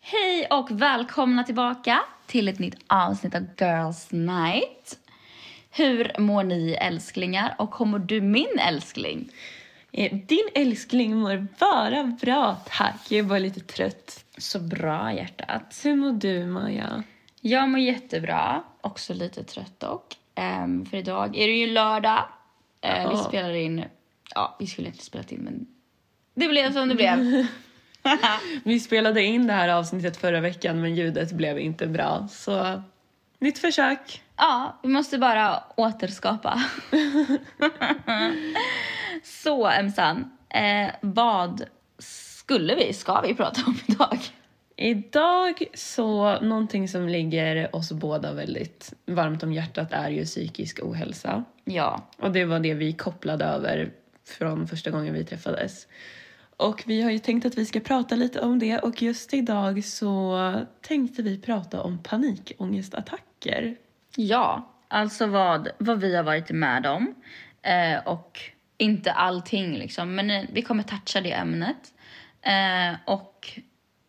Hej och välkomna tillbaka till ett nytt avsnitt av Girls Night. Hur mår ni älsklingar och hur mår du min älskling? Eh, Din älskling mår bara bra, tack. Jag är bara lite trött. Så bra hjärtat. Hur mår du, Maja? Jag mår jättebra, också lite trött dock. Ehm, för idag är det ju lördag. Ehm, Vi Ja. spelar in, ja vi skulle inte spelat in men det blev som det blev. Vi spelade in det här avsnittet förra veckan, men ljudet blev inte bra. Så nytt försök. Ja, vi måste bara återskapa. Så Emsan, eh, vad skulle vi, ska vi prata om idag? Idag så, någonting som ligger oss båda väldigt varmt om hjärtat är ju psykisk ohälsa. Ja, Och det var det vi kopplade över från första gången vi träffades. Och vi har ju tänkt att vi ska prata lite om det och just idag så tänkte vi prata om panikångestattacker. ja, alltså vad, vad vi har varit med om eh, och inte allting liksom, men eh, vi kommer toucha det ämnet eh, och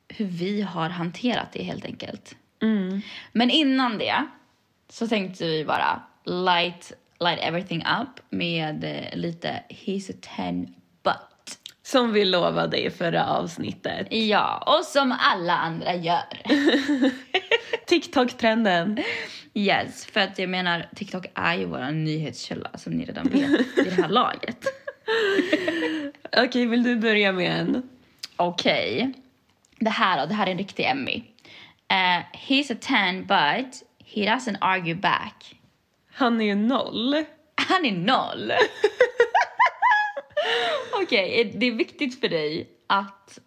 hur vi har hanterat det helt enkelt. Mm. Men innan det så tänkte vi bara light, light everything up med eh, lite He's a ten but. Som vi lovade i förra avsnittet. Ja, och som alla andra gör. TikTok-trenden. Yes, för att jag menar TikTok är ju vår nyhetskälla som ni redan vet i det här laget. Okej, vill du börja med en? Okej, det här då, det här är en riktig Emmy. Eh, he's a ten but he doesn't argue back. Han är ju noll. Han är noll. Okej, är- det är viktigt för dig att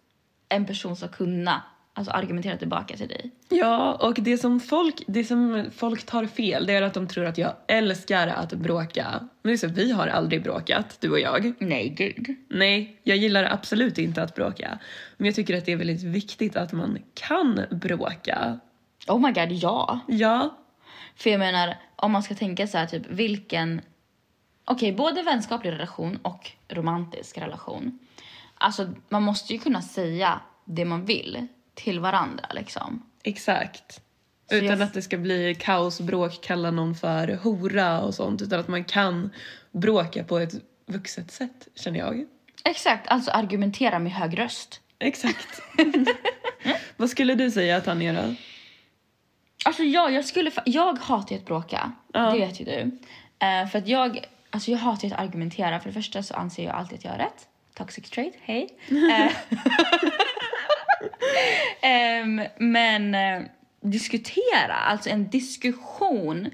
en person ska kunna alltså argumentera tillbaka till dig. Ja, och det som, folk, det som folk tar fel det är att de tror att jag älskar att bråka. Men det är så, vi har aldrig bråkat, du och jag. Nej, gud. Nej, jag gillar absolut inte att bråka. Men jag tycker att det är väldigt viktigt att man kan bråka. Oh my god, ja. Ja, För jag menar, om man ska tänka så här, typ vilken... Okej, både vänskaplig relation och romantisk relation. Alltså, man måste ju kunna säga det man vill till varandra liksom. exakt. Så utan jag- att det ska bli kaos, bråk, kalla någon för hora och sånt. Utan att man kan bråka på ett vuxet sätt, känner jag. Exakt, alltså argumentera med hög röst. Exakt. Vad skulle du säga att han är då? Alltså jag, jag, skulle, fa- jag hatar ju att bråka, Ja. det vet ju du. Eh, för att jag, alltså jag hatar ju att argumentera. För det första så anser jag alltid att jag har rätt. Toxic trait, hej. Eh, Ehm, men eh, diskutera, alltså en diskussion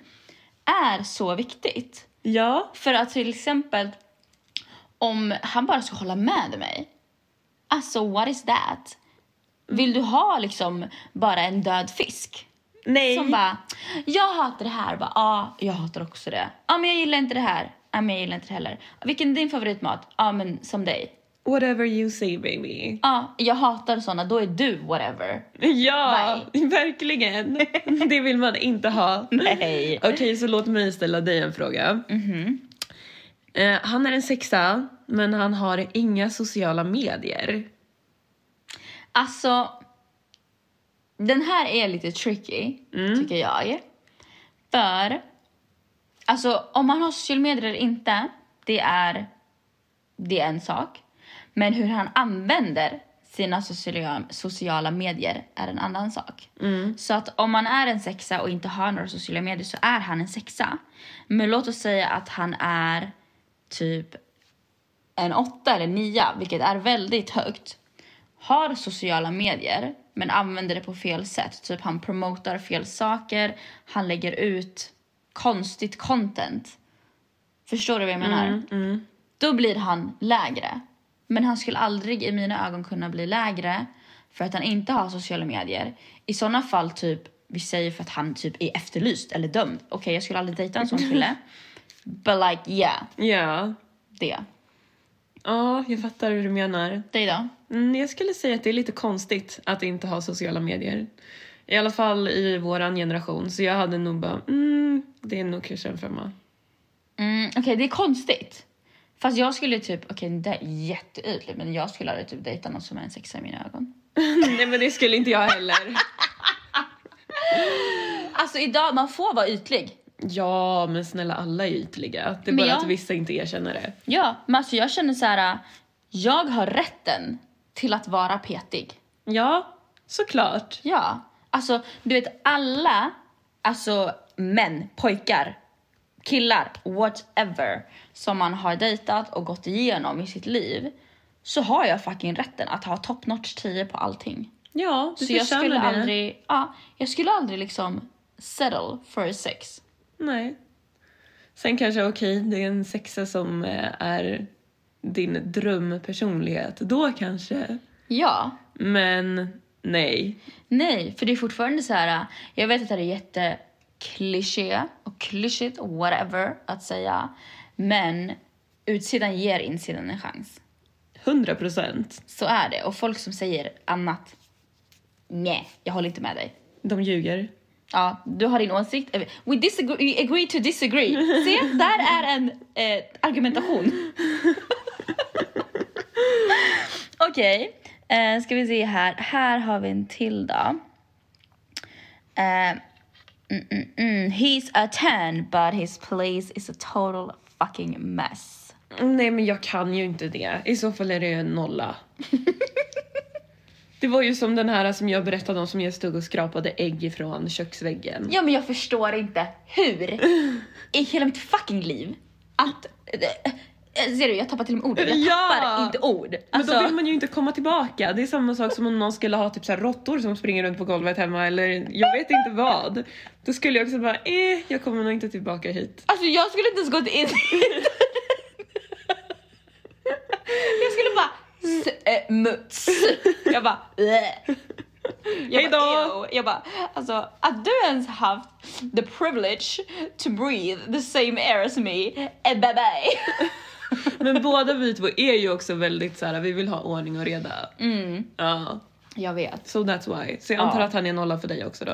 är så viktigt. Ja, För att till exempel om han bara ska hålla med mig. Alltså what is that? Vill du ha liksom bara en död fisk? nej. Som bara, jag hatar det här. Bara, ja, jag hatar också det. Ja, men jag gillar inte det här. Ja, men jag gillar inte det heller. Vilken är din favoritmat? Ja, men som dig. Whatever you say baby. Ja, jag hatar såna. Då är du whatever. Ja, verkligen. Det vill man inte ha. Nej. Okej, så låt mig ställa dig en fråga. Eh, han är en sexa, men han har inga sociala medier. Alltså, den här är lite tricky, tycker jag. För, alltså om man har sociala medier eller inte, det är, det är en sak. Men hur han använder sina sociala, sociala medier är en annan sak. Så att om man är en sexa och inte har några sociala medier så är han en sexa. Men låt oss säga att han är typ en åtta eller nia, vilket är väldigt högt, har sociala medier men använder det på fel sätt. Typ han promotar fel saker, han lägger ut konstigt content. Förstår du vad jag menar? Då blir han lägre. Men han skulle aldrig i mina ögon kunna bli lägre för att han inte har sociala medier. I sådana fall typ, vi säger för att han typ är efterlyst eller dömd. Okej, jag skulle aldrig dejta en sån kille. But like yeah, Ja, det. ja, jag fattar hur du menar. Dig då? Mm, jag skulle säga att det är lite konstigt att inte ha sociala medier. I alla fall i våran generation. Så jag hade nog bara, mm, det är nog kanske en femma. Mm, Okej, det är konstigt. Fast jag skulle typ, okej det här är jätteytligt men jag skulle aldrig typ dejta någon som är en sexa i mina ögon. Nej men det skulle inte jag heller. Alltså idag, man får vara ytlig. Ja men snälla alla är ytliga. Det är Men bara jag- att vissa inte erkänner det. Ja, men alltså jag känner så här. jag har rätten till att vara petig. Ja, såklart. Ja, alltså du vet alla, alltså män, pojkar, killar, whatever som man har dejtat och gått igenom i sitt liv så har jag fucking rätten att ha top notch 10 på allting. Ja, du så jag förtjänar skulle det. aldrig, ja, jag skulle aldrig liksom settle for sex. Nej. Sen kanske okej, det är en sexa som eh, är din drömpersonlighet. Då kanske. Ja, Men nej. nej, för det är fortfarande så här, äh, jag vet att det är jättekliché och klyschigt och whatever att säga, men utsidan ger insidan en chans. 100 procent. Så är det. Och folk som säger annat, nej, jag håller inte med dig. De ljuger. Ja, du har din åsikt. Eh, We, disagree, we agree to disagree. Se, där är en eh, argumentation. Okej, eh, ska vi se här. Här har vi en till då. Eh, mm, mm, mm. He's a 10 but his place is a total fucking mess. Nej, men jag kan ju inte det. I så fall är det ju en nolla. det var ju som den här som jag berättade om som jag stod och skrapade ägg ifrån köksväggen. Ja, men jag förstår inte hur i hela mitt fucking liv att... eh, eh, Ser du, jag tappar till och med orden. Jag Ja! tappar inte ord. Men då Alltså, vill man ju inte komma tillbaka. Det är samma sak som om någon skulle ha typ så här råttor som springer runt på golvet hemma eller jag vet inte vad. Då skulle jag också bara, eh, jag kommer nog inte tillbaka hit. alltså jag skulle inte ens gått in Jag skulle bara... s- eh, Muts. Jag bara... "Bleh." Jag bara, Hejdå! "Ew." Jag bara, alltså att du ens haft the privilege to breathe the same air as me, eh, bye bye. Men båda vi två är ju också väldigt så här, vi vill ha ordning och reda. Mm, Ja, jag vet. so that's why. Så jag antar Ja. att han är nolla för dig också då.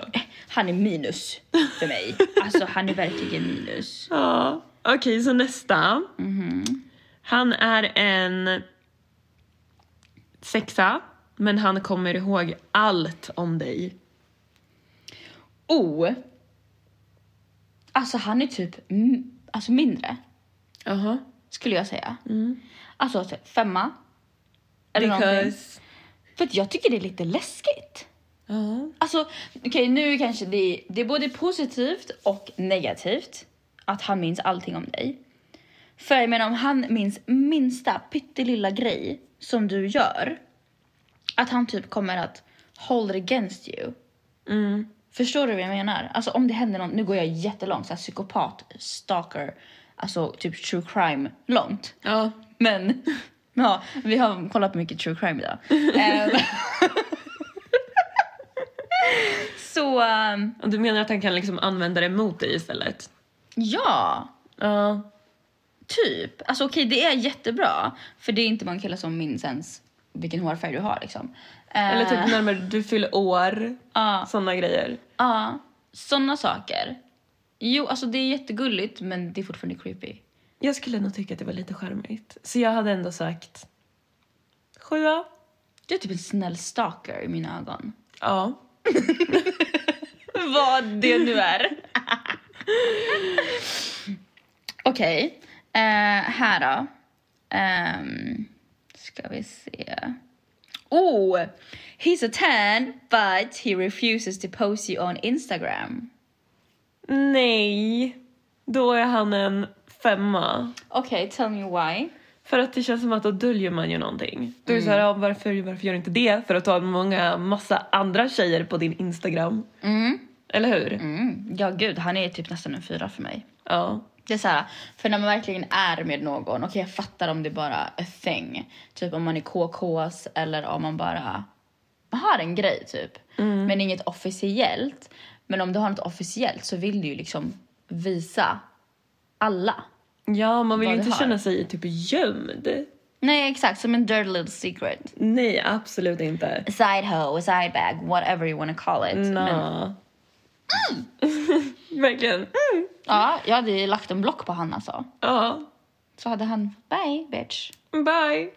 Han är minus för mig. Alltså han är verkligen minus. Mhm. Ja, okej så nästa. Han är en sexa, men han kommer ihåg allt om dig. Oh! Alltså han är typ mm, alltså mindre Jaha. skulle jag säga. Alltså typ femma. Eller någonting. Because... För att jag tycker det är lite läskigt. Ja. Alltså okej nu kanske det, det är både positivt och negativt att han minns allting om dig. För jag menar om han minns minsta pyttelilla grej som du gör. Att han typ kommer att hold it against you. Mm. Förstår du vad jag menar? Alltså om det händer någon, nu går jag jättelångt, så här psykopat, stalker, alltså typ true crime långt. Ja. Men ja, vi har kollat på mycket true crime idag. Ehm. så ehm, Och du menar att han kan liksom använda det mot dig istället? ja, Ja. typ. Alltså okej, det är jättebra. För det är inte bara en kille som minns ens vilken hårfärg du har liksom. Ehm, Eller typ närmare du fyller år, Ja. såna grejer. Ja, sådana saker. Jo, alltså det är jättegulligt men det är fortfarande creepy. Jag skulle nog tycka att det var lite charmigt. Så jag hade ändå sagt sjua. Du är typ en snäll stalker i mina ögon. Ja. Vad det nu är. Okej, eh, här då. Ehm, ska vi se. Oh! He's a tan but he refuses to post you on Instagram. Nej. Då är han en femma. Okej, okay, tell me why. För att det känns som att då döljer man ju någonting. Du är det så Mm. här, ja, varför, varför gör du inte det? För att du har många, massa andra tjejer på din Instagram. Mm. Eller hur? Mm. Ja gud, han är typ nästan en fyra för mig. Ja. Det är så här, för när man verkligen är med någon, okej jag fattar om det är bara a thing. Typ om man är KKs eller om man bara man har en grej typ. Men inget officiellt. Men om du har något officiellt så vill du ju liksom visa alla. Ja, man vill ju Vad inte det har. känna sig typ gömd. Nej exakt, som en dirty little secret. Nej, absolut inte. A side hoe, a side bag, whatever you wanna call it. No. Men, Verkligen. Mm. ja, jag hade ju lagt en block på han alltså. Ja. så hade han bye bitch. Bye!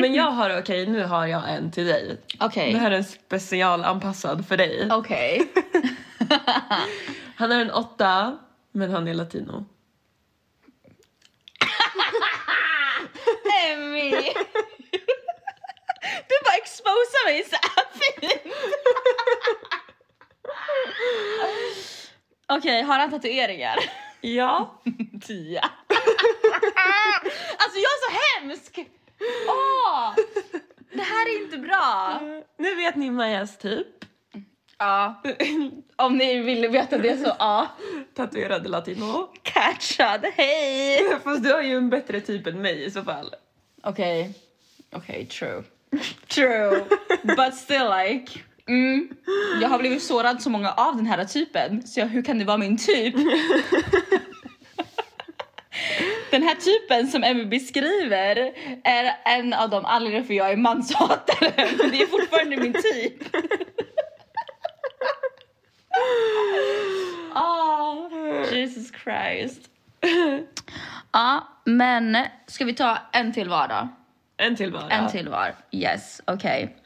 Men jag har, okej nu har jag en till dig. Okej. Det här är en specialanpassad för dig. Okej. Han är en åtta, men han är latino. Emmy! Du bara exposar mig så här fint. Okej, har han tatueringar? Ja. Tia. alltså jag är så hemsk! Åh! Det här är inte bra. Nu vet ni Majas typ. Ja, om ni ville veta det så ja. Tatuerade latino. Catchad, hej! Fast du har ju en bättre typ än mig i så fall. Okej, okej, true. True, but still like. Mm. Jag har blivit sårad så många av den här typen, så jag, hur kan det vara min typ? Den här typen som Emmy beskriver är en av de anledningarna för jag är manshatare. Men det är fortfarande min typ. Ah, Jesus Christ. Ja, men ska vi ta en till var då? En till bara. En till var. Yes, okej.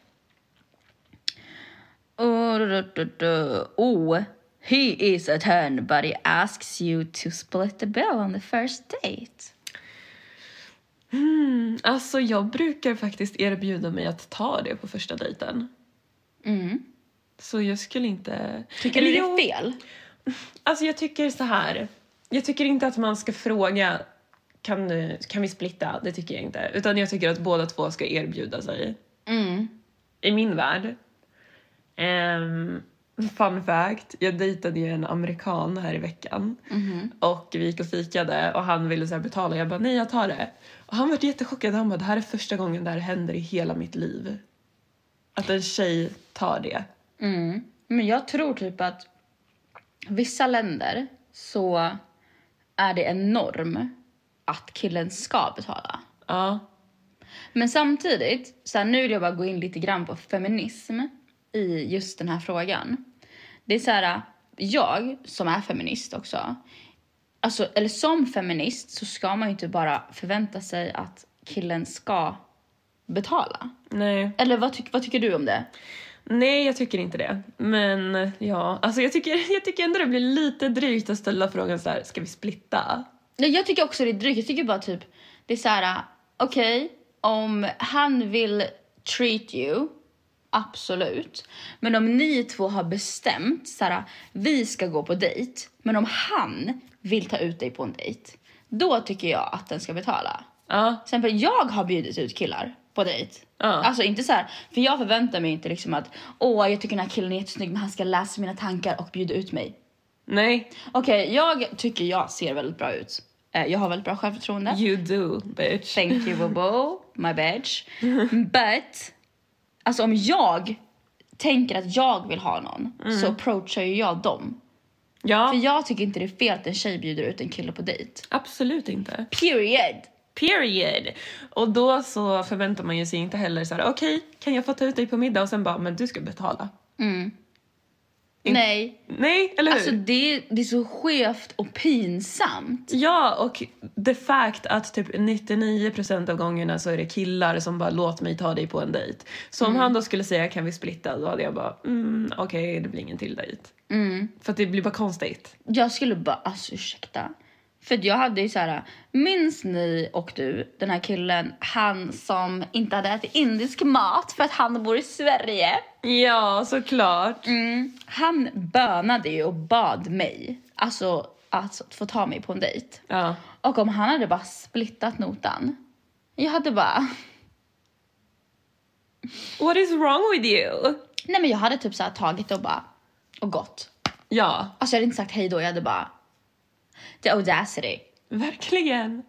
Oh, du, du, du, du. Oh, he is a turn but he asks you to split the bill on the first date. Mm, alltså jag brukar faktiskt erbjuda mig att ta det på första dejten. Mm. Så jag skulle inte... Tycker Eller du det jo, är fel? Alltså jag tycker så här. Jag tycker inte att man ska fråga kan, du, kan vi splitta? Det tycker jag inte. Utan jag tycker att båda två ska erbjuda sig. Mm. I min värld. Ehm, fun fact. Jag dejtade ju en amerikan här i veckan. Och vi gick och fikade och han ville så här betala. Jag bara nej jag tar det. Och han var jättechockad. Han bara det här är första gången det här händer i hela mitt liv. Att en tjej tar det. Mm. Men jag tror typ att vissa länder så är det en norm att killen ska betala. Ja. Men samtidigt, så här, nu vill jag bara gå in lite grann på feminism i just den här frågan. Det är så här, jag som är feminist också, alltså, eller som feminist så ska man ju inte bara förvänta sig att killen ska betala. Nej. Eller vad, tyck- vad tycker du om det? Nej, jag tycker inte det. Men ja, alltså jag tycker, jag tycker ändå det blir lite drygt att ställa frågan så här, ska vi splitta? Nej, Jag tycker också det är drygt. Jag tycker bara typ, det är så här, okej, om han vill treat you, absolut. Men om ni två har bestämt, så här, vi ska gå på dejt, men om han vill ta ut dig på en dejt, då tycker jag att den ska betala. Ja, Sen för jag har bjudit ut killar på dejt. Ja. Alltså inte så här, för jag förväntar mig inte liksom att åh, jag tycker den här killen är jättesnygg men han ska läsa mina tankar och bjuda ut mig. nej, Okej, jag tycker jag ser väldigt bra ut. Eh, Jag har väldigt bra självförtroende. you do bitch. Thank you Bobo, my bitch. But, alltså om jag tänker att jag vill ha någon Mm. så approachar ju jag dem. För Ja, jag tycker inte det är fel att en tjej bjuder ut en kille på dejt. absolut inte. Period! Period! Och då så förväntar man ju sig inte heller så här, okej, kan jag få ta ut dig på middag? Och sen bara, men du ska betala. In- Nej, Nej, eller hur? alltså det, det är så skevt och pinsamt. Ja, och the fact att typ 99% av gångerna så är det killar som bara låt mig ta dig på en dejt. Så om Mm. han då skulle säga kan vi splitta då hade jag bara mm, okej det blir ingen till dejt. Mm. För att det blir bara konstigt. Jag skulle bara, alltså ursäkta. För att jag hade ju så här, minns ni och du den här killen, han som inte hade ätit indisk mat för att han bor i Sverige? Ja, såklart. Mm. Han bönade ju och bad mig, alltså att få ta mig på en dejt. Ja. Och om han hade bara splittat notan, jag hade bara, What is wrong with you? nej men jag hade typ så här tagit och bara, och gått. Ja, Alltså jag hade inte sagt hej då, jag hade bara, the audacity. verkligen.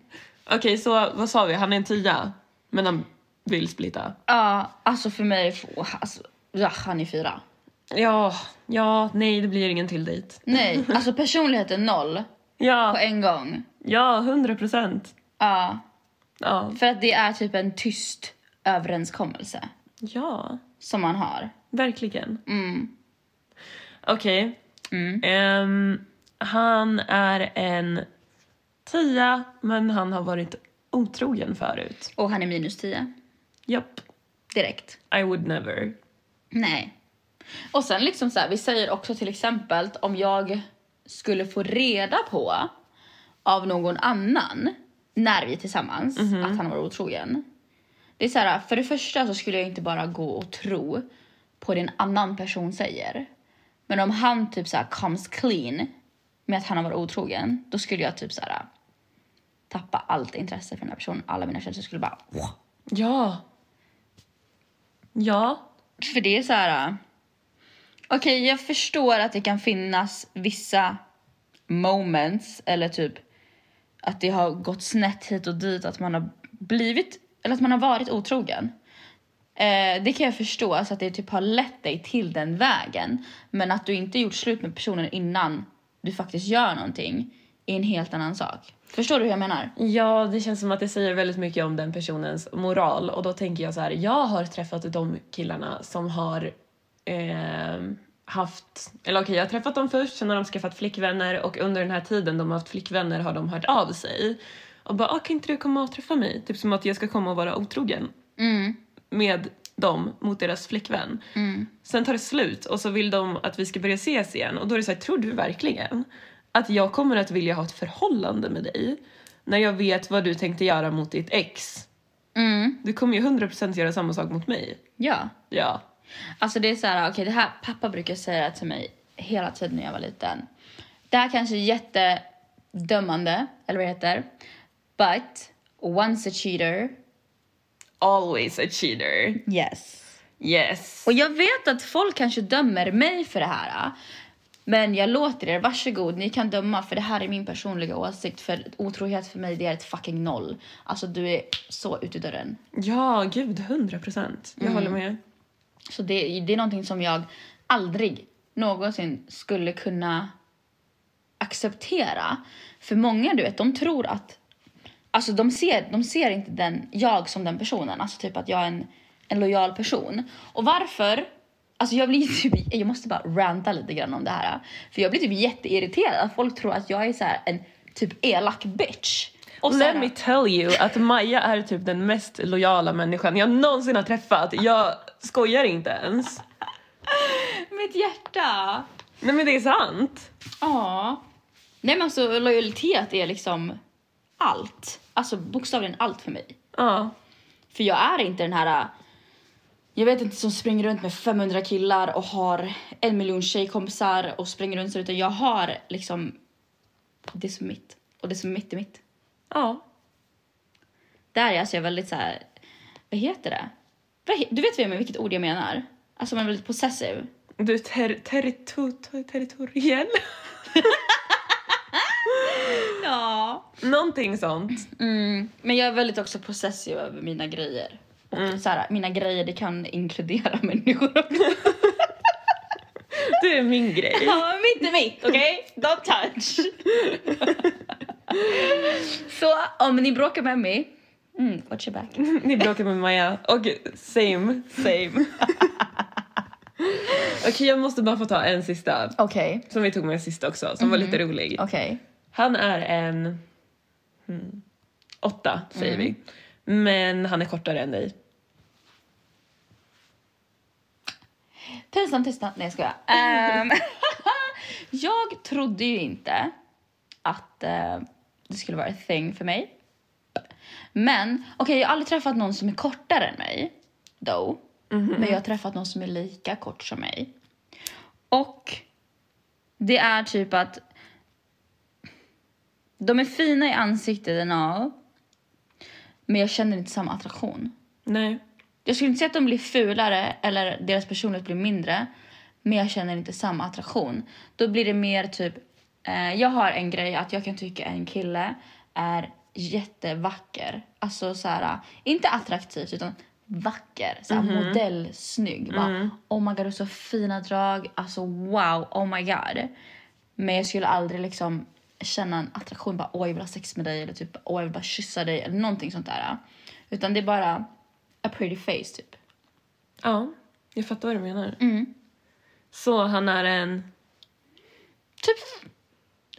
Okej, så vad sa vi? Han är en tia, men han vill splitta. Ja, alltså för mig, alltså, ja, han är fyra. Ja, ja, nej det blir ingen till dejt. Nej, alltså personligheten noll på Ja, en gång. ja, 100 procent. Ja, Ja. för att det är typ en tyst överenskommelse ja. som man har. Verkligen. Mm. Okej. Mm. Ehm, han är en tia, men han har varit otrogen förut. Och han är minus 10. Japp. Direkt. I would never. Nej. Och sen liksom så här, vi säger också till exempel att om jag skulle få reda på av någon annan när vi är tillsammans att han var otrogen. Det är så här, för det första så skulle jag inte bara gå och tro på det en annan person säger. Men om han typ så här comes clean med att han har varit otrogen, då skulle jag typ så här tappa allt intresse för den här personen. Alla mina känslor skulle bara... Ja. Ja. För det är så här... äh, Okej, jag förstår att det kan finnas vissa moments eller typ att det har gått snett hit och dit, att man har blivit eller att man har varit otrogen. Eh, det kan jag förstå, alltså att det typ har lett dig till den vägen. Men att du inte gjort slut med personen innan du faktiskt gör någonting är en helt annan sak. Förstår du hur jag menar? Ja, det känns som att det säger väldigt mycket om den personens moral. Och då tänker jag så här, jag har träffat de killarna som har ehm, haft, eller okej jag har träffat dem först, sen har de skaffat flickvänner och under den här tiden de har haft flickvänner har de hört av sig. Och bara, ah, kan inte du komma och träffa mig? Typ som att jag ska komma och vara otrogen Mm, med dem mot deras flickvän. mm. Sen tar det slut och så vill de att vi ska börja ses igen. Och då är det så här, tror du verkligen att jag kommer att vilja ha ett förhållande med dig när jag vet vad du tänkte göra mot ditt ex? Mm, Du kommer ju 100% göra samma sak mot mig. ja. Ja. Alltså det är så här, okej det här, pappa brukar säga det till mig hela tiden när jag var liten. Det här kanske är jättedömande, eller vad det heter. But, once a cheater. Always a cheater. Yes. Yes. Och jag vet att folk kanske dömer mig för det här. Men jag låter er, varsågod, ni kan döma för det här är min personliga åsikt. För otrohet för mig det är ett fucking noll. Alltså du är så ute ur dörren. Ja, gud, 100%. Mm. Jag håller med. Så det, det är någonting som jag aldrig någonsin skulle kunna acceptera. För många, du vet, de tror att... Alltså de ser, de ser inte den, jag som den personen. Alltså typ att jag är en, en lojal person. Och varför? Alltså jag blir typ, jag måste bara ranta lite grann om det här. För jag blir typ jätteirriterad att folk tror att jag är så här en typ elak bitch. Och så här- Let me tell you att Maja är typ den mest lojala människan jag någonsin har träffat. Jag skojar inte ens. mitt hjärta! Nej men det är sant. Ja. Nej men alltså lojalitet är liksom allt. Alltså bokstavligen allt för mig. Ja. För jag är inte den här, jag vet inte, som springer runt med 500 killar och har en miljon tjejkompisar och springer runt så utan jag har liksom det som är mitt. Och det som är mitt är mitt. Ja. Där är alltså jag väldigt så här, vad heter det? Vad he- Du vet vad jag menar, vilket ord jag menar? Alltså man är väldigt possessiv. Du är ter- territo- ter- territoriell. Ja. Någonting sånt. Mm, men jag är väldigt också possessiv över mina grejer. Och så här, mina grejer det kan inkludera människor också. Det är min grej. Ja, mitt är mitt, okej? Don't touch! så om ni bråkar med mig, mm, watch your back. Ni bråkar med Maja. Och same, same. Okej, jag måste bara få ta en sista. Okej, Som vi tog med sist också, som var lite rolig. okej. Han är en... Hmm, åtta, säger vi. Men han är kortare än dig. Pinsamt tystnad. Nej, jag skojar. Ehm, jag trodde ju inte att eh, det skulle vara a thing för mig. Men okej, jag har aldrig träffat någon som är kortare än mig. Though. Men jag har träffat någon som är lika kort som mig. Och det är typ att de är fina i ansiktet and all. Men jag känner inte samma attraktion. Nej. Jag skulle inte säga att de blir fulare eller deras personlighet blir mindre. Men jag känner inte samma attraktion. Då blir det mer typ... Eh, jag har en grej att jag kan tycka en kille är jättevacker. Alltså så här, inte attraktivt utan vacker. Så här, Modellsnygg. Bara, Oh my god, du har så fina drag. Alltså wow, oh my god. Men jag skulle aldrig liksom känna en attraktion. Bara, åh jag vill ha sex med dig. Eller typ, åh jag vill bara kyssa dig. Eller någonting sånt där. Utan det är bara a pretty face typ. Ja, jag fattar vad du menar. Mm. Så han är en... Typ,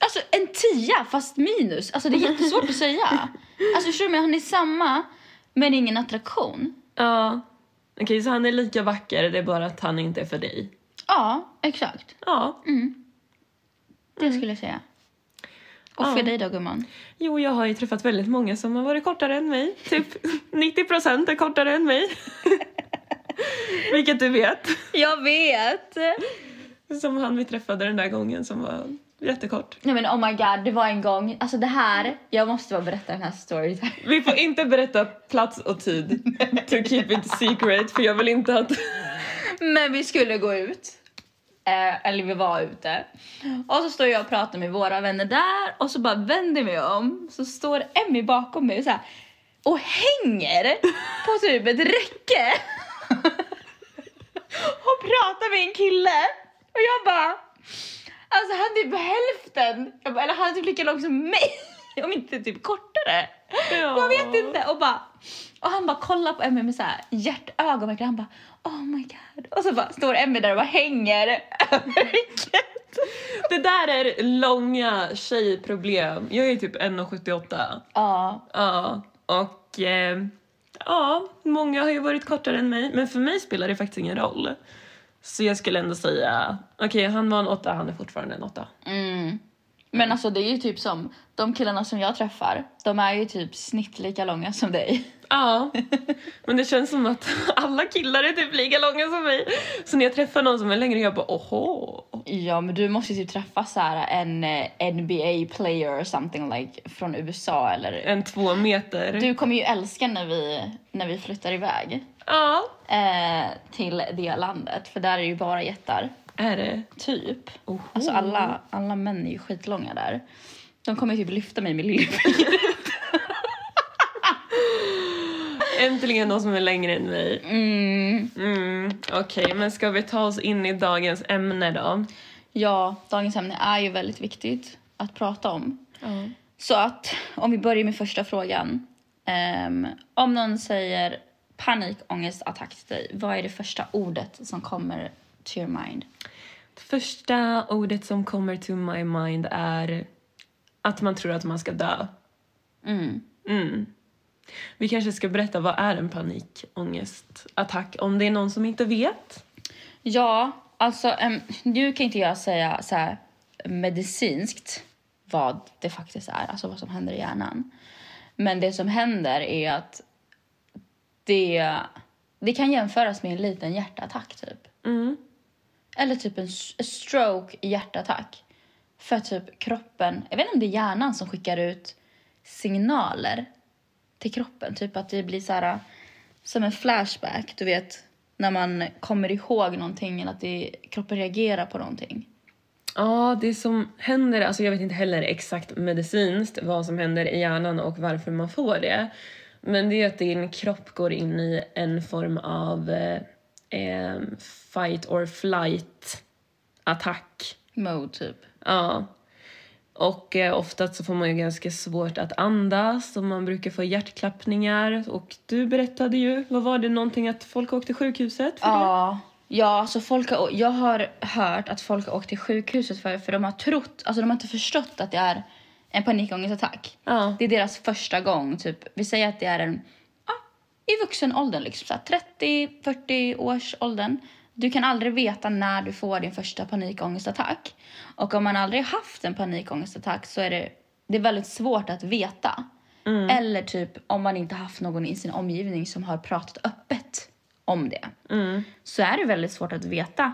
alltså Alltså en tia fast minus. Alltså det är jättesvårt att säga. Alltså förstår du mig? Han är samma men ingen attraktion. Ja. Okej, så han är lika vacker, det är bara att han inte är för dig. Ja, exakt. Ja. Mm. Det skulle jag säga. Och för Ja. dig då gumman? Jo, jag har ju träffat väldigt många som har varit kortare än mig. Typ 90 procent är kortare än mig. Vilket du vet. Jag vet! Som han vi träffade den där gången som var jättekort. Nej men oh my god, det var en gång. Alltså det här, jag måste bara berätta den här storyn. Vi får inte berätta plats och tid. To keep it secret, för jag vill inte att... Men vi skulle gå ut. Eh, eller vi var ute. Och så står jag och pratar med våra vänner där och så bara vänder jag mig om. Så står Emmy bakom mig och, så här, och hänger på typ ett räcke. och pratar med en kille. Och jag bara... Alltså han är typ hälften, jag bara, eller han är typ lika lång som mig. Om inte typ kortare. Ja. Jag vet inte. Och, bara, och han bara kollar på Emmy med så här hjärtögon. verkligen. Han bara oh my god. Och så bara står Emmy där och bara hänger över vilket. Det där är långa tjejproblem. Jag är typ 1,78. Ja, Ja, och... Eh, ja, många har ju varit kortare än mig, men för mig spelar det faktiskt ingen roll. Så jag skulle ändå säga... Okej, han var en åtta, han är fortfarande en åtta. Mm. Men alltså det är ju typ som de killarna som jag träffar. De är ju typ snitt lika långa som dig. Ja, men det känns som att alla killar är typ lika långa som mig. Så när jag träffar någon som är längre, jag bara åhå. Ja, men du måste ju typ träffa så här en eh, NBA player or something like från USA eller. En två meter. Du kommer ju älska när vi när vi flyttar iväg Ja, eh, till det landet för där är ju bara jättar. är det? Typ. Oho. Alltså alla, alla män är ju skitlånga där. De kommer ju typ lyfta mig med lillfingret. Äntligen någon som är längre än mig. Mm. Mm, Okej, men ska vi ta oss in i dagens ämne då? Ja, dagens ämne är ju väldigt viktigt att prata om. Ja. Så att om vi börjar med första frågan. Ehm, om någon säger panikångestattack till dig, vad är det första ordet som kommer to your mind? Det första ordet som kommer to my mind är att man tror att man ska dö. Mm. Mm. Vi kanske ska berätta vad är en panikångestattack om det är någon som inte vet. Ja, alltså em, nu kan inte jag säga så här medicinskt vad det faktiskt är, alltså vad som händer i hjärnan. Men det som händer är att det, det kan jämföras med en liten hjärtattack typ. Mm. Eller typ en s- stroke hjärtattack. För typ kroppen, jag vet inte om det är hjärnan som skickar ut signaler till kroppen. Typ att det blir så här som en flashback, du vet när man kommer ihåg någonting eller att det, kroppen reagerar på någonting. Ja, det som händer, alltså jag vet inte heller exakt medicinskt vad som händer i hjärnan och varför man får det. Men det är att din kropp går in i en form av eh, eh, fight or flight attack. Mode typ. Ja. Och eh, oftast så får man ju ganska svårt att andas och man brukar få hjärtklappningar. Och du berättade ju, vad var det, någonting att folk åkte till sjukhuset för det? Ja, ja alltså folk har, jag har hört att folk har åkt till sjukhuset för, för de har trott, alltså de har inte förstått att det är en panikångestattack. Ja. Det är deras första gång, typ. Vi säger att det är en, ja, i vuxen åldern liksom, så här 30-40 års åldern. Du kan aldrig veta när du får din första panikångestattack. Och om man aldrig haft en panikångestattack så är det, det är väldigt svårt att veta. Mm. Eller typ om man inte haft någon i sin omgivning som har pratat öppet om det Mm. så är det väldigt svårt att veta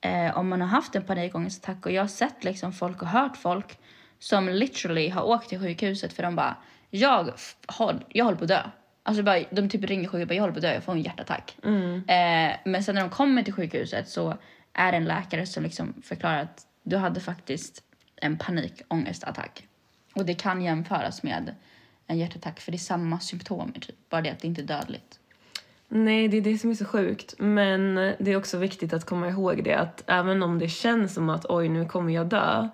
eh, om man har haft en panikångestattack. Och jag har sett liksom folk och hört folk som literally har åkt till sjukhuset för de bara jag, f- håll, jag håller på att dö. Alltså bara, de typ ringer sjukhuset och bara jag håller på att dö, jag får en hjärtattack. Eh, men sen när de kommer till sjukhuset så är det en läkare som liksom förklarar att du hade faktiskt en panikångestattack. Och det kan jämföras med en hjärtattack för det är samma symptom typ, bara det att det inte är dödligt. Nej, det är det som är så sjukt. Men det är också viktigt att komma ihåg det att även om det känns som att oj, nu kommer jag dö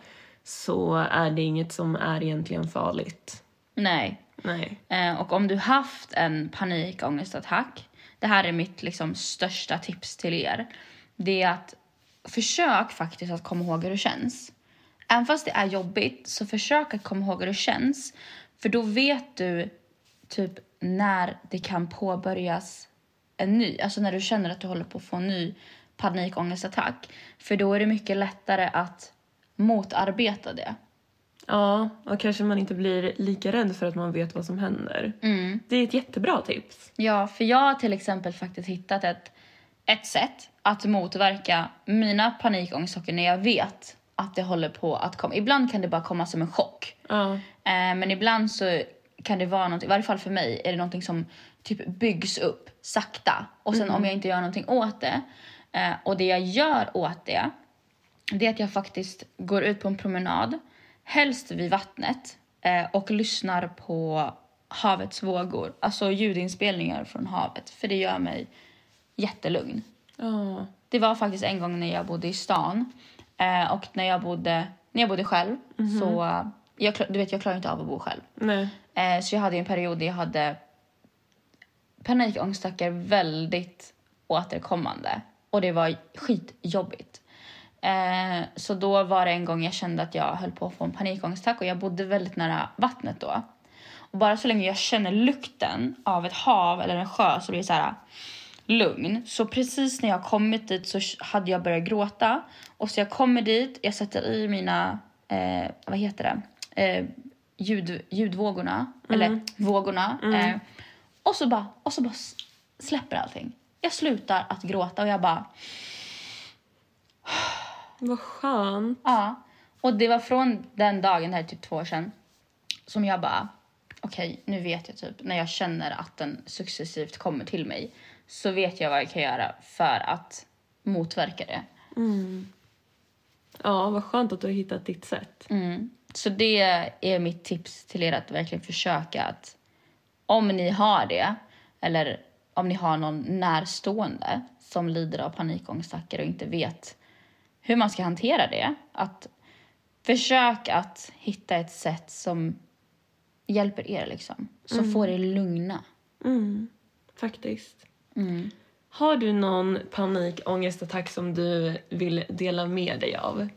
så är det inget som är egentligen farligt. Nej, Nej. Eh, och om du haft en panikångestattack, det här är mitt liksom, största tips till er. Det är att försök faktiskt att komma ihåg hur det känns. Även fast det är jobbigt, så försök att komma ihåg hur det känns. För då vet du typ när det kan påbörjas en ny, alltså när du känner att du håller på att få en ny panikångestattack. För då är det mycket lättare att motarbeta det. Ja, och kanske man inte blir lika rädd för att man vet vad som händer. Mm. Det är ett jättebra tips. Ja, för jag har till exempel faktiskt hittat ett, ett sätt att motverka mina panikångestchocker när jag vet att det håller på att komma. Ibland kan det bara komma som en chock. Ja. Eh, men ibland så kan det vara något, i varje fall för mig, är det någonting som typ byggs upp sakta. Och sen om jag inte gör någonting åt det, eh, och det jag gör åt det, det är att jag faktiskt går ut på en promenad, helst vid vattnet, eh, och lyssnar på havets vågor. Alltså ljudinspelningar från havet, för det gör mig jättelugn. Ja. Det var faktiskt en gång när jag bodde i stan eh, och när jag bodde, när jag bodde själv så... eh, Jag, kla- du vet, jag klarar inte av att bo själv. Nej. Eh, så jag hade ju en period där jag hade panikångestattacker väldigt återkommande. Och det var skitjobbigt. Eh, så då var det en gång jag kände att jag höll på att få en panikångestattack och jag bodde väldigt nära vattnet då. Och bara så länge jag känner lukten av ett hav eller en sjö så blir det så här lugn. Så precis när jag kommit dit så hade jag börjat gråta. Och så jag kommer dit, jag sätter i mina, eh, vad heter det, eh, ljud, ljudvågorna, eller vågorna. Eh, och så bara, och så bara s- släpper allting. Jag slutar att gråta och jag bara, Vad skönt. Ja. Och det var från den dagen, det här är typ två år sedan, som jag bara, okej, nu vet jag typ, när jag känner att den successivt kommer till mig, så vet jag vad jag kan göra för att motverka det. Ja, vad skönt att du har hittat ditt sätt. Mm. Så det är mitt tips till er att verkligen försöka att om ni har det eller om ni har någon närstående som lider av panikångestattacker och inte vet hur man ska hantera det. Att försök att hitta ett sätt som hjälper er liksom. Som får er lugna. Mm. Faktiskt. Mm. Har du någon panikångestattack som du vill dela med dig av?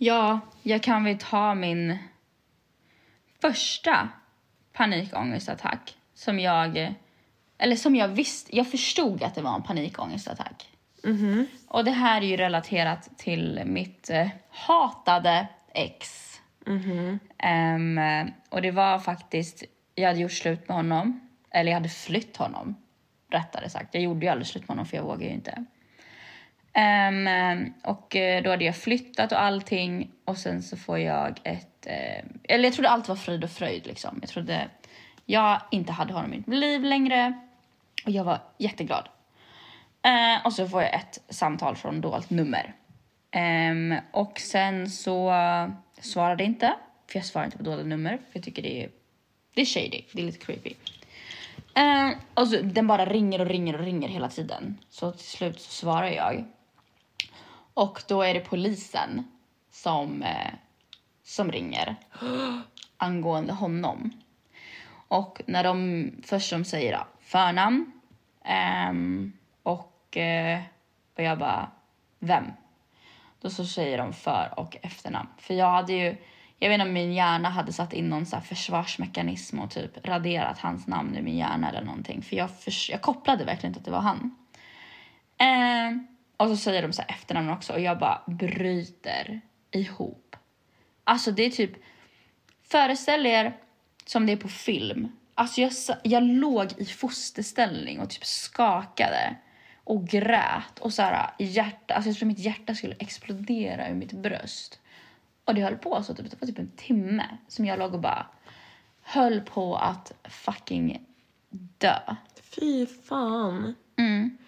Ja, jag kan väl ta min första panikångestattack som jag... Eller som jag visste... Jag förstod att det var en panikångestattack. Och det här är ju relaterat till mitt eh, hatade ex. Ehm, och det var faktiskt... Jag hade gjort slut med honom. Eller jag hade flytt honom, rättare sagt. Jag gjorde ju aldrig slut med honom för jag vågade ju inte. Ehm, och eh, då hade jag flyttat och allting och sen så får jag ett... eh, eller jag trodde allt var frid och fröjd liksom. Jag trodde jag inte hade honom i mitt liv längre och jag var jätteglad. Eh, och så får jag ett samtal från dolt nummer. Ehm, och sen så eh, svarade jag inte, för jag svarar inte på dolda nummer för jag tycker det är, det är shady, det är lite creepy. Eh, och så, den bara ringer och ringer och ringer hela tiden. Så till slut så svarar jag. Och då är det polisen som, eh, som ringer angående honom. Och när de först de säger ja, förnamn ehm, och, eh, och jag bara vem? Då så säger de för och efternamn. För jag hade ju, jag vet inte om min hjärna hade satt in någon så här försvarsmekanism och typ raderat hans namn ur min hjärna eller någonting. För jag, förs- jag kopplade verkligen inte att det var han. Ehm, och så säger de så här efternamn också och jag bara bryter ihop. Alltså det är typ, föreställ er som det är på film. Alltså jag, sa- jag låg i fosterställning och typ skakade och grät och så här hjärta, alltså jag tror mitt hjärta skulle explodera ur mitt bröst. Och det höll på så typ, det var typ en timme som jag låg och bara höll på att fucking dö. Fy fan. Mm.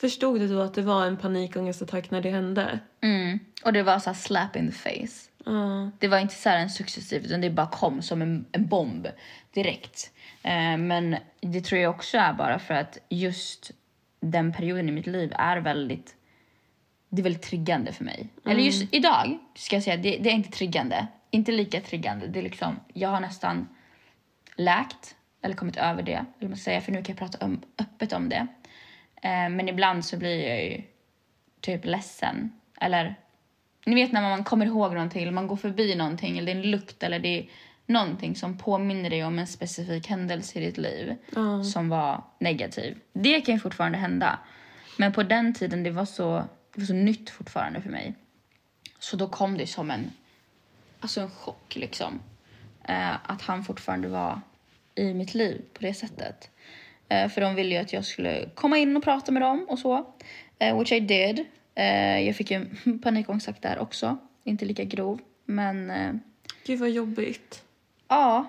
Förstod du då att det var en panikångestattack när det hände? Mm. Och det var så här slap in the face. Ja. Det var inte så här en successiv, utan det bara kom som en, en bomb direkt. Eh, men det tror jag också är bara för att just den perioden i mitt liv är väldigt det är väldigt triggande för mig. Eller just idag ska jag säga, det, det är inte triggande. Inte lika triggande. Det är liksom, jag har nästan läkt eller kommit över det, eller man säga, för nu kan jag prata om, öppet om det. Eh, men ibland så blir jag ju typ ledsen eller Ni vet när man kommer ihåg någonting, eller man går förbi någonting, eller det är en lukt eller det är någonting som påminner dig om en specifik händelse i ditt liv Ja. som var negativ. Det kan ju fortfarande hända. Men på den tiden det var så, det var så nytt fortfarande för mig. Så då kom det som en, alltså en chock liksom. Eh, att han fortfarande var i mitt liv på det sättet. Eh, för de ville ju att jag skulle komma in och prata med dem och så. Eh, which I did. Eh, jag fick ju en panikångestattack där också. Inte lika grov. Men eh, Gud vad jobbigt. Ja.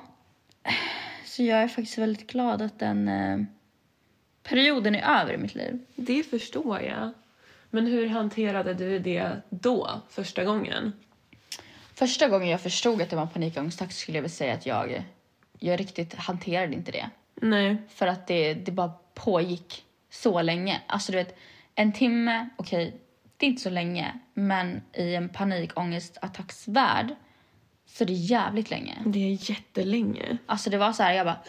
Så jag är faktiskt väldigt glad att den eh, perioden är över i mitt liv. Det förstår jag. Men hur hanterade du det då, första gången? Första gången jag förstod att det var en panikångestattack skulle jag väl säga att jag, jag riktigt hanterade inte det. Nej. För att det, det bara pågick så länge. Alltså du vet, en timme, okej, det är inte så länge. Men i en panikångestattacksvärld så är det jävligt länge. Det är jättelänge. Alltså det var så här, jag bara...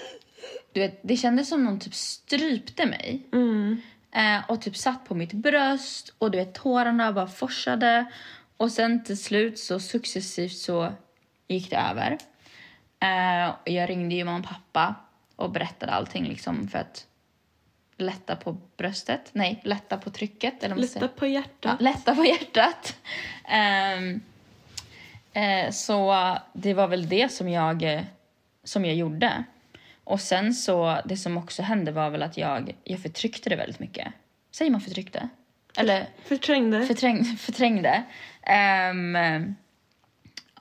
Du vet, det kändes som någon typ strypte mig. Mm. Eh, och typ satt på mitt bröst och du vet tårarna bara forsade. Och sen till slut så successivt så gick det över. Eh, och jag ringde ju mamma och pappa och berättade allting liksom för att lätta på bröstet. Nej, lätta på trycket. Eller vad man Lätta säger. på hjärtat. Ja, lätta på hjärtat. Ehm, eh, så det var väl det som jag, eh, som jag gjorde. Och sen så, det som också hände var väl att jag, jag förtryckte det väldigt mycket. Säger man förtryckte? Eller Förträngde. förträng, förträngde. Ehm,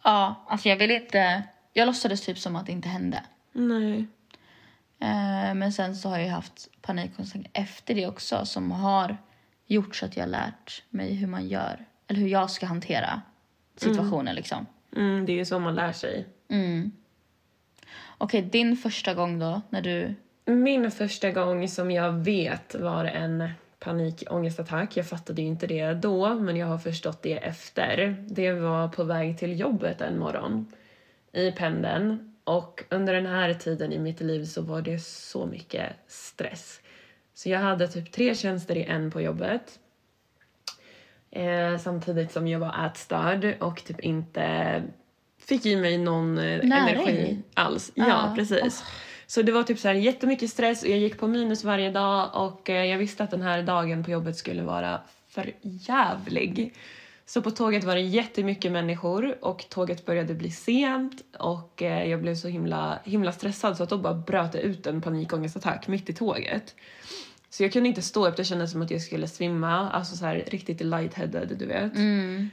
ja, alltså jag ville inte... Jag låtsades typ som att det inte hände. Nej. Eh, Men sen så har jag ju haft panikångestattack efter det också som har gjort så att jag har lärt mig hur man gör, eller hur jag ska hantera situationen liksom. Mm, det är ju så man lär sig. Mm. Okej, din första gång då när du... Min första gång som jag vet var en panikångestattack. Jag fattade ju inte det då, men jag har förstått det efter. Det var på väg till jobbet en morgon i pendeln. Och under den här tiden i mitt liv så var det så mycket stress. Så jag hade typ tre tjänster i en på jobbet. Eh, samtidigt som jag var ätstörd och typ inte fick i mig någon eh, energi alls. Ja, Ah. precis. Så det var typ så här jättemycket stress och jag gick på minus varje dag och eh, jag visste att den här dagen på jobbet skulle vara för jävlig. Så på tåget var det jättemycket människor och tåget började bli sent och eh, jag blev så himla, himla stressad så att då bara bröt det ut en panikångestattack mitt i tåget. Så jag kunde inte stå upp, det kändes som att jag skulle svimma. Alltså så här riktigt lightheaded, du vet. Mm.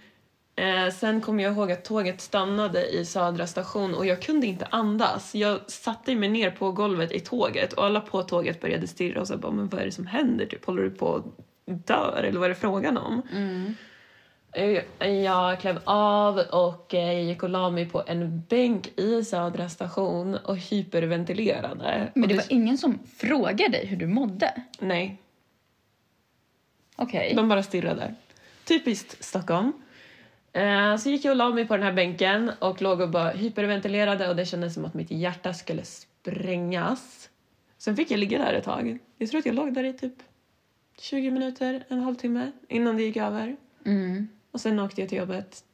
Eh, sen kom jag ihåg att tåget stannade i Södra station och jag kunde inte andas. Jag satte mig ner på golvet i tåget och alla på tåget började stirra och så bara, men vad är det som händer? Typ, håller du på att dö eller vad är det frågan om? Mm. Eh, Jag klev av och eh, jag gick och la mig på en bänk i Södra station och hyperventilerade. Men Och det var ingen som frågade dig hur du mådde? Nej, Okej. De bara stirrade. Typiskt Stockholm. Eh, så gick jag och la mig på den här bänken och låg och bara hyperventilerade och det kändes som att mitt hjärta skulle sprängas. Sen fick jag ligga där ett tag. Jag tror att jag låg där i typ 20 minuter, en halvtimme innan det gick över. Mm. Och sen åkte jag till jobbet.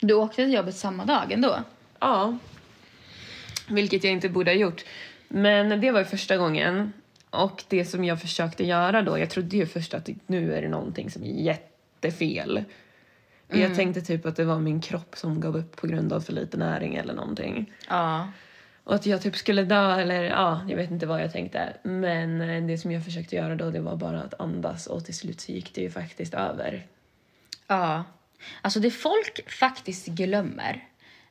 Du åkte till jobbet samma dag ändå? Ja. Vilket jag inte borde ha gjort. Men det var ju första gången. Och det som jag försökte göra då, jag trodde ju först att nu är det någonting som är jättefel. Jag tänkte typ att det var min kropp som gav upp på grund av för lite näring eller någonting. Ja. Och att jag typ skulle dö eller ja, jag vet inte vad jag tänkte. Men eh, det som jag försökte göra då det var bara att andas och till slut så gick det ju faktiskt över. Ja. Alltså det folk faktiskt glömmer,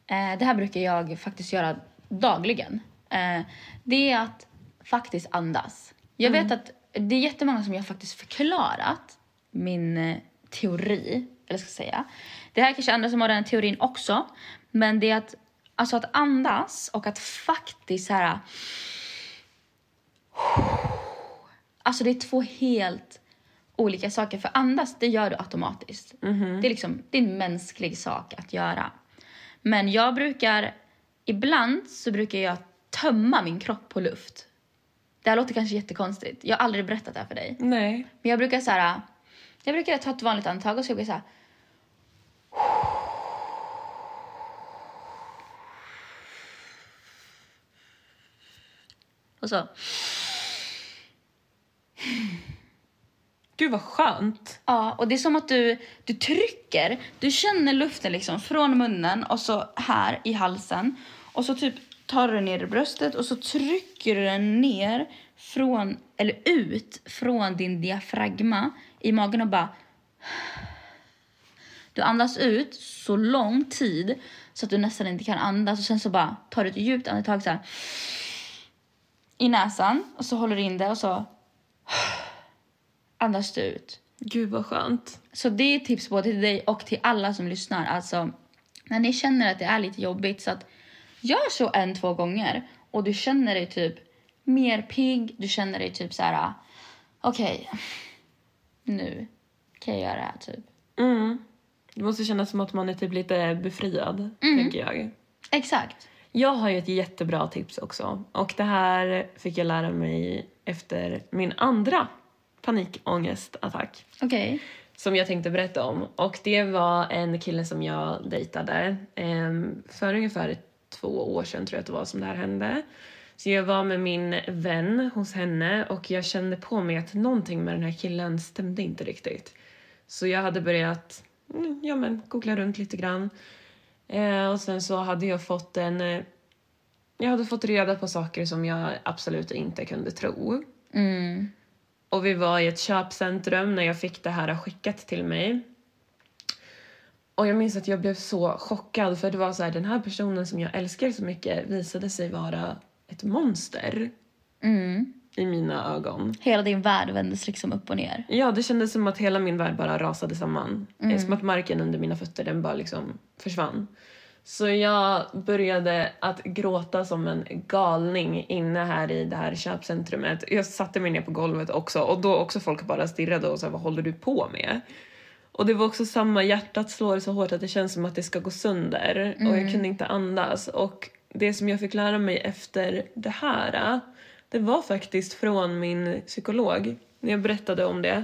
eh, det här brukar jag faktiskt göra dagligen, eh, det är att faktiskt andas. Jag vet att det är jättemånga som jag faktiskt förklarat min eh, teori, eller ska jag säga. Det här är kanske andra som har den här teorin också, men det är att, alltså att andas och att faktiskt så här, Alltså det är två helt olika saker. För andas, det gör du automatiskt. Det, är liksom, det är en mänsklig sak att göra. Men jag brukar, ibland så brukar jag tömma min kropp på luft. Det här låter kanske jättekonstigt. Jag har aldrig berättat det här för dig. Nej. Men jag brukar så här, jag brukar ta ett vanligt andetag och så brukar jag så här Och så. Gud vad skönt. Ja, och det är som att du, du trycker. Du känner luften liksom från munnen och så här i halsen. Och så typ tar du ner i bröstet och så trycker du den ner från, eller ut från din diafragma i magen och bara... Du andas ut så lång tid så att du nästan inte kan andas och sen så bara tar du ett djupt andetag så här i näsan och så håller du in det och så andas du ut. Gud vad skönt. Så det är ett tips både till dig och till alla som lyssnar. Alltså, när ni känner att det är lite jobbigt, så att gör så en, två gånger och du känner dig typ mer pigg. Du känner dig typ så här, okej, nu kan jag göra det här typ. Mm. Det måste kännas som att man är typ lite befriad, tänker jag. Exakt. Jag har ju ett jättebra tips också. Och det här fick jag lära mig efter min andra panikångestattack. Okej. som jag tänkte berätta om. Och det var en kille som jag dejtade em, för ungefär två år sedan tror jag att det var som det här hände. Så jag var med min vän hos henne och jag kände på mig att någonting med den här killen stämde inte riktigt. Så jag hade börjat mm, ja, men, googla runt lite grann. Eh, och sen så hade jag fått en... eh, Jag hade fått reda på saker som jag absolut inte kunde tro. Mm. Och vi var i ett köpcentrum när jag fick det här skickat till mig. Och jag minns att jag blev så chockad för det var så här, den här personen som jag älskar så mycket visade sig vara ett monster Mm. i mina ögon. Hela din värld vändes liksom upp och ner. Ja, det kändes som att hela min värld bara rasade samman. Mm. Som att marken under mina fötter den bara liksom försvann. Så jag började att gråta som en galning inne här i det här köpcentrumet. Jag satte mig ner på golvet också och då också folk bara stirrade och sa vad håller du på med? Och det var också samma, hjärtat slår så hårt att det känns som att det ska gå sönder och jag kunde inte andas. Och det som jag fick lära mig efter det här, det var faktiskt från min psykolog när jag berättade om det.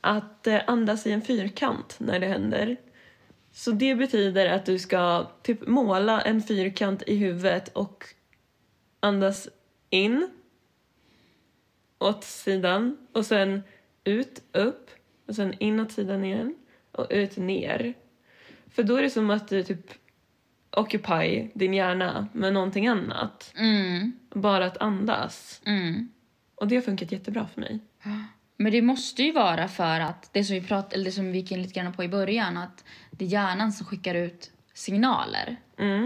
Att eh, andas i en fyrkant när det händer. Så det betyder att du ska typ måla en fyrkant i huvudet och andas in, åt sidan och sen ut, upp och sen in åt sidan igen och ut, ner. För då är det som att du typ occupy din hjärna med någonting annat. Mm. Bara att andas. Mm. Och det har funkat jättebra för mig. Men det måste ju vara för att det som vi, prat, eller det som vi gick in lite grann på i början, att det är hjärnan som skickar ut signaler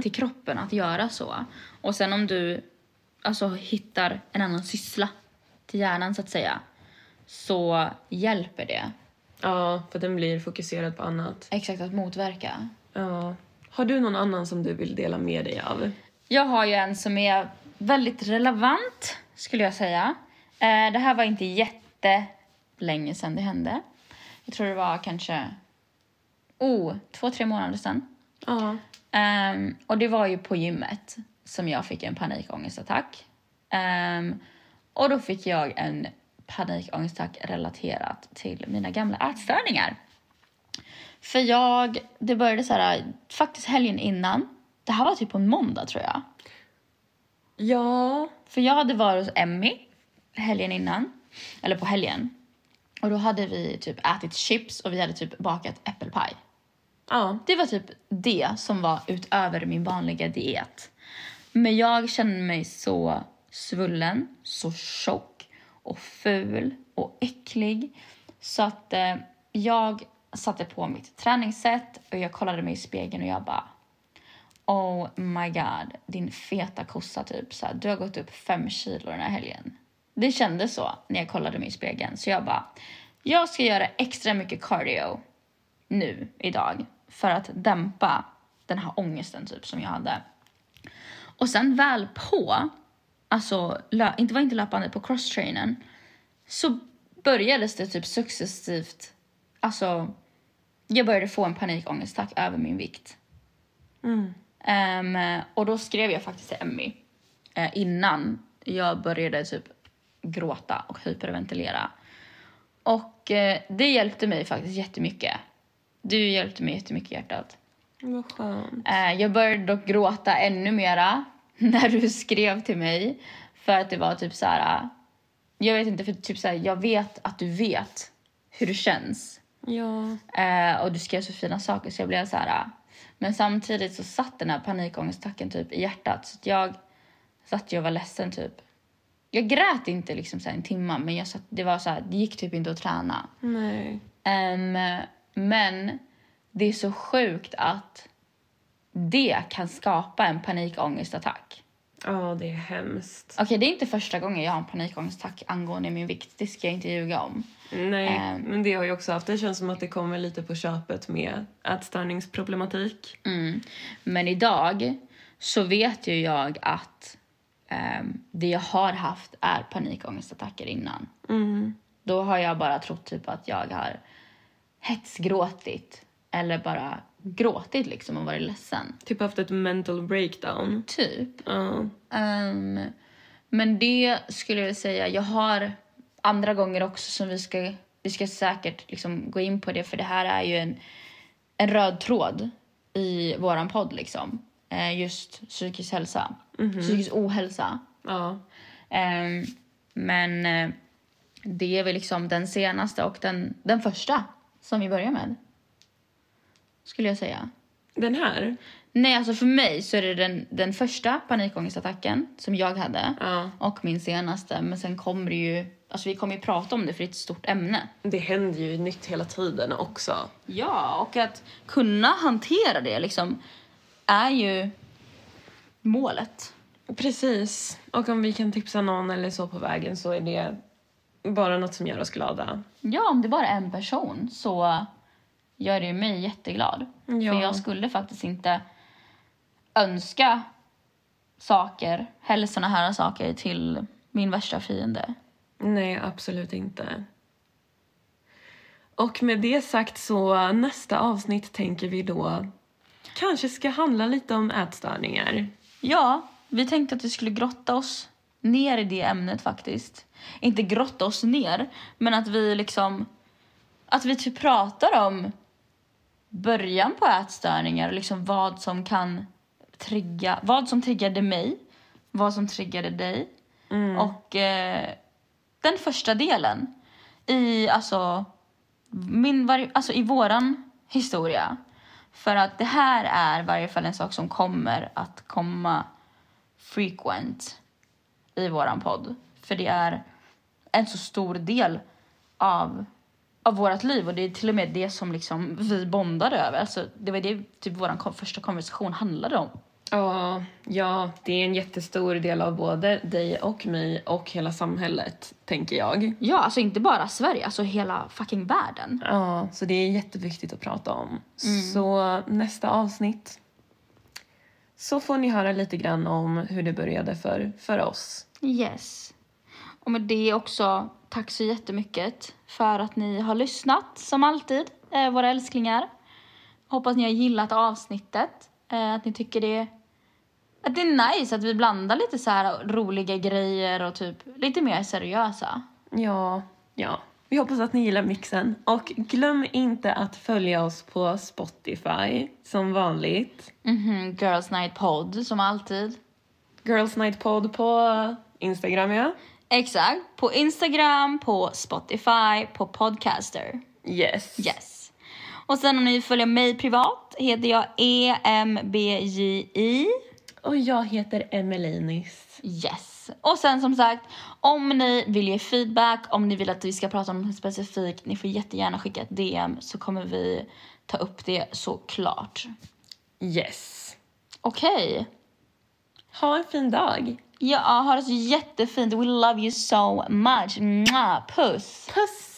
till kroppen att göra så. Och sen om du alltså, hittar en annan syssla till hjärnan så att säga, så hjälper det. Ja, för den blir fokuserad på annat. Exakt, att motverka. Ja. Har du någon annan som du vill dela med dig av? Jag har ju en som är väldigt relevant, skulle jag säga. Eh, det här var inte jättelänge sedan det hände. Jag tror det var kanske oh, två, tre månader sedan. Ja. Ehm, och det var ju på gymmet som jag fick en panikångestattack. Ehm, och då fick jag en panikångestattack relaterat till mina gamla ätstörningar. För jag, det började så här, faktiskt helgen innan. Det här var typ på en måndag tror jag. Ja. För jag hade varit hos Emmy helgen innan, eller på helgen. Och då hade vi typ ätit chips och vi hade typ bakat äppelpaj. Ja. Det var typ det som var utöver min vanliga diet. Men jag kände mig så svullen, så tjock och ful och äcklig. Så att eh, jag satte på mitt träningssätt och jag kollade mig i spegeln och jag bara Oh my god, din feta kossa typ. Så här, du har gått upp fem kilo den här helgen. Det kändes så när jag kollade mig i spegeln. Så jag bara, jag ska göra extra mycket cardio nu, idag, för att dämpa den här ångesten typ som jag hade. Och sen väl på, alltså lö- inte var inte löpande, på crosstrainern, så började det typ successivt, alltså jag började få en panikångestattack över min vikt. Mm. Ehm, och då skrev jag faktiskt till Emmy eh, innan jag började typ gråta och hyperventilera. Och eh, det hjälpte mig faktiskt jättemycket. Du hjälpte mig jättemycket hjärtat. Vad skönt. Eh, jag började dock gråta ännu mera när du skrev till mig. För att det var typ så här... Jag vet inte, för typ så här, jag vet att du vet hur det känns. Ja. Eh, och du skrev så fina saker så jag blev så här. ah. Men samtidigt så satt den här panikångestattacken typ i hjärtat så att jag satt ju och var ledsen typ. Jag grät inte liksom så här en timma men jag satt, det var så här, det gick typ inte att träna. Nej. Ehm, men det är så sjukt att det kan skapa en panikångestattack. Ja, det är hemskt. Okej, det är inte första gången jag har en panikångestattack angående min vikt. Det ska jag inte ljuga om. Nej, Ehm. men det har jag också haft. Det känns som att det kommer lite på köpet med ätstörningsproblematik. Mm. Men idag så vet ju jag att ehm, det jag har haft är panikångestattacker innan. Mm. Då har jag bara trott typ att jag har hetsgråtit eller bara gråtit liksom och varit ledsen. Typ haft ett mental breakdown. Typ. Ja. Ehm, men det skulle jag säga, jag har andra gånger också som vi ska, vi ska säkert liksom gå in på det för det här är ju en, en röd tråd i våran podd liksom. Eh, just psykisk hälsa, psykisk ohälsa. ja. Ehm, men eh, det är väl liksom den senaste och den, den första som vi börjar med. Skulle jag säga. Den här? Nej, alltså för mig så är det den, den första panikångestattacken som jag hade Ja. och min senaste. Men sen kommer det ju... Alltså vi kommer ju prata om det för det är ett stort ämne. Det händer ju nytt hela tiden också. Ja, och att kunna hantera det liksom är ju målet. Precis. Och om vi kan tipsa någon eller så på vägen så är det bara något som gör oss glada. Ja, om det bara är en person så gör det ju mig jätteglad. Ja. För jag skulle faktiskt inte önska saker, heller såna här saker till min värsta fiende. Nej, absolut inte. Och med det sagt så nästa avsnitt tänker vi då kanske ska handla lite om ätstörningar. Ja, vi tänkte att vi skulle grotta oss ner i det ämnet faktiskt. Inte grotta oss ner, men att vi liksom... Att vi typ pratar om början på ätstörningar och liksom vad som kan trigga... Vad som triggade mig, vad som triggade dig. Och eh, den första delen i alltså, min vari- alltså i våran historia. För att det här är i varje fall en sak som kommer att komma frequent i våran podd. För det är en så stor del av, av vårt liv och det är till och med det som liksom vi bondade över. Alltså, det var det typ vår kom- första konversation handlade om. Ja, ja, det är en jättestor del av både dig och mig och hela samhället, tänker jag. Ja, alltså inte bara Sverige, alltså hela fucking världen. Ja, Mm. så det är jätteviktigt att prata om. Så nästa avsnitt så får ni höra lite grann om hur det började för, för oss. Yes. Och med det också, tack så jättemycket för att ni har lyssnat som alltid, eh, våra älsklingar. Hoppas ni har gillat avsnittet, eh, att ni tycker det att det är nice att vi blandar lite så här roliga grejer och typ lite mer seriösa. Ja, ja. Vi hoppas att ni gillar mixen. Och glöm inte att följa oss på Spotify, som vanligt. Mhm, Girls Night Pod som alltid. Girls Night Pod på Instagram, ja. Exakt, på Instagram, på Spotify, på Podcaster. Yes. Yes. Och sen om ni vill följa mig privat heter jag E EMBJI. Och jag heter Emelinis. Yes. Och sen som sagt, om ni vill ge feedback, om ni vill att vi ska prata om något specifikt, ni får jättegärna skicka ett DM så kommer vi ta upp det såklart. Yes. Okej. Ha en fin dag. Ja, ha det så jättefint. We love you so much. Mwah. Puss. Puss!